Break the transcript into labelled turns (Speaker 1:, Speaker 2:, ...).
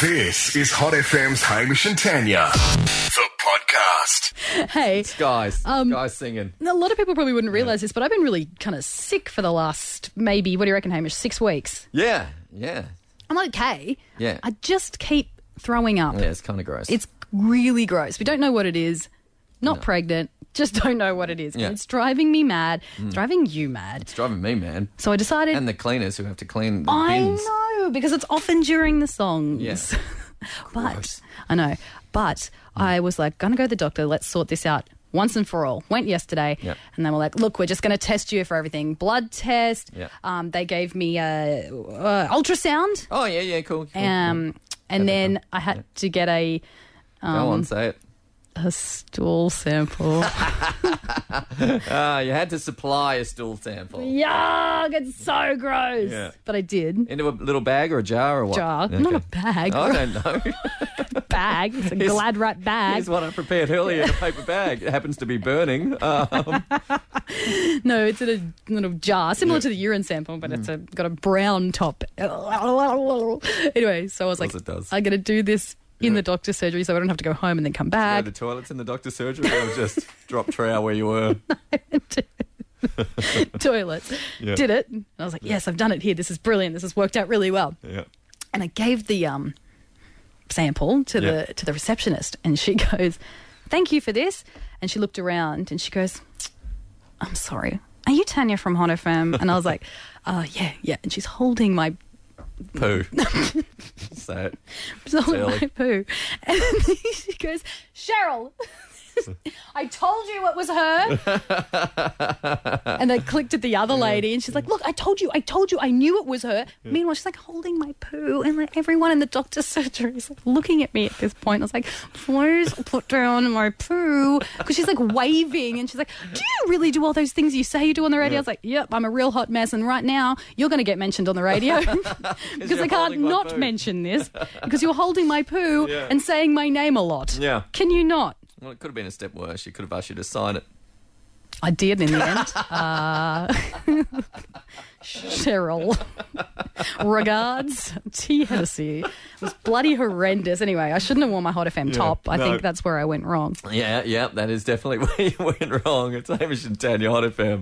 Speaker 1: This is Hot FM's Hamish and Tanya, the podcast.
Speaker 2: Hey,
Speaker 3: Guys,
Speaker 2: Um,
Speaker 3: guys singing.
Speaker 2: a lot of people probably wouldn't realize this, but I've been really kind of sick for the last maybe what do you reckon, Hamish? Six weeks.
Speaker 3: Yeah, yeah,
Speaker 2: I'm okay.
Speaker 3: Yeah.
Speaker 2: I just keep throwing up.
Speaker 3: yeah. It's kind of gross.
Speaker 2: It's really gross. We don't know what it is. Not pregnant. Just don't know what it is.
Speaker 3: Yeah.
Speaker 2: And it's driving me mad. It's driving you mad.
Speaker 3: It's driving me, man.
Speaker 2: So I decided.
Speaker 3: And the cleaners who have to clean the
Speaker 2: I
Speaker 3: bins.
Speaker 2: know because it's often during the songs.
Speaker 3: Yeah. Mm.
Speaker 2: but
Speaker 3: Gross.
Speaker 2: I know. But I was like, gonna go to the doctor. Let's sort this out once and for all. Went yesterday,
Speaker 3: Yep.
Speaker 2: and they were like, look, we're just gonna test you for everything. Blood test.
Speaker 3: Yep.
Speaker 2: Um, they gave me a uh, ultrasound.
Speaker 3: Oh yeah, yeah, cool. cool.
Speaker 2: Um, and then I had to get a,
Speaker 3: Go
Speaker 2: um,
Speaker 3: on, say it.
Speaker 2: a stool sample.
Speaker 3: Ah, you had to supply a stool sample
Speaker 2: Yuck! It's so gross.
Speaker 3: Yeah.
Speaker 2: But I did.
Speaker 3: into a little bag or a jar or what?
Speaker 2: Jar,
Speaker 3: Okay.
Speaker 2: not a bag.
Speaker 3: I don't know.
Speaker 2: bag. It's a
Speaker 3: Here's-
Speaker 2: glad wrap bag.
Speaker 3: Here's one I prepared earlier in a paper bag. It happens to be burning. Uh,
Speaker 2: No, it's in a little jar, similar to the urine sample, but
Speaker 3: Mm.
Speaker 2: it's a, got a brown top. anyway, so I was like,
Speaker 3: course it does.
Speaker 2: I'm going to do this in
Speaker 3: Yeah.
Speaker 2: the doctor's surgery so I don't have to go home and then come
Speaker 3: go
Speaker 2: back.
Speaker 3: to the toilets in the doctor's surgery or just drop trow where you were.
Speaker 2: Toilet.
Speaker 3: Yeah.
Speaker 2: Did it. And I was like, yes, I've done it here. This is brilliant. This has worked out really well.
Speaker 3: Yeah.
Speaker 2: And I gave the um, sample to
Speaker 3: Yeah.
Speaker 2: the to the receptionist, and she goes, "Thank you for this." And she looked around, and she goes, "I'm sorry. Are you Tanya from Hot FM?" And I was like, "Uh, yeah, yeah." And she's holding my
Speaker 3: Poo. say it.
Speaker 2: It's all in
Speaker 3: Silly.
Speaker 2: my poo. And then she goes, Cheryl, I told you it was her. and I clicked at the other lady and she's like, Look, I told you, I told you, I knew it was her. Meanwhile, she's like holding my poo. And like everyone in the doctor's surgery is like, looking at me at this point. I was like, Please put down my poo. Because she's like waving and she's like, Do you really do all those things you say you do on the radio? I was like, Yep, I'm a real hot mess. And right now, you're going to get mentioned on the radio because
Speaker 3: you're
Speaker 2: I can't
Speaker 3: holding my
Speaker 2: not
Speaker 3: poo.
Speaker 2: mention this because you're holding my poo
Speaker 3: Yeah.
Speaker 2: and saying my name a lot.
Speaker 3: Yeah.
Speaker 2: Can you not?
Speaker 3: Well, it could have been a step worse. You could have asked you to sign it.
Speaker 2: I did in the end. Uh, Cheryl. Regards, T. Hennessy. It was bloody horrendous. Anyway, I shouldn't have worn my Hot FM top. I
Speaker 3: no.
Speaker 2: think that's where I went wrong.
Speaker 3: Yeah, yeah, that is definitely where you went wrong. It's Hamish and Tanya Hot FM.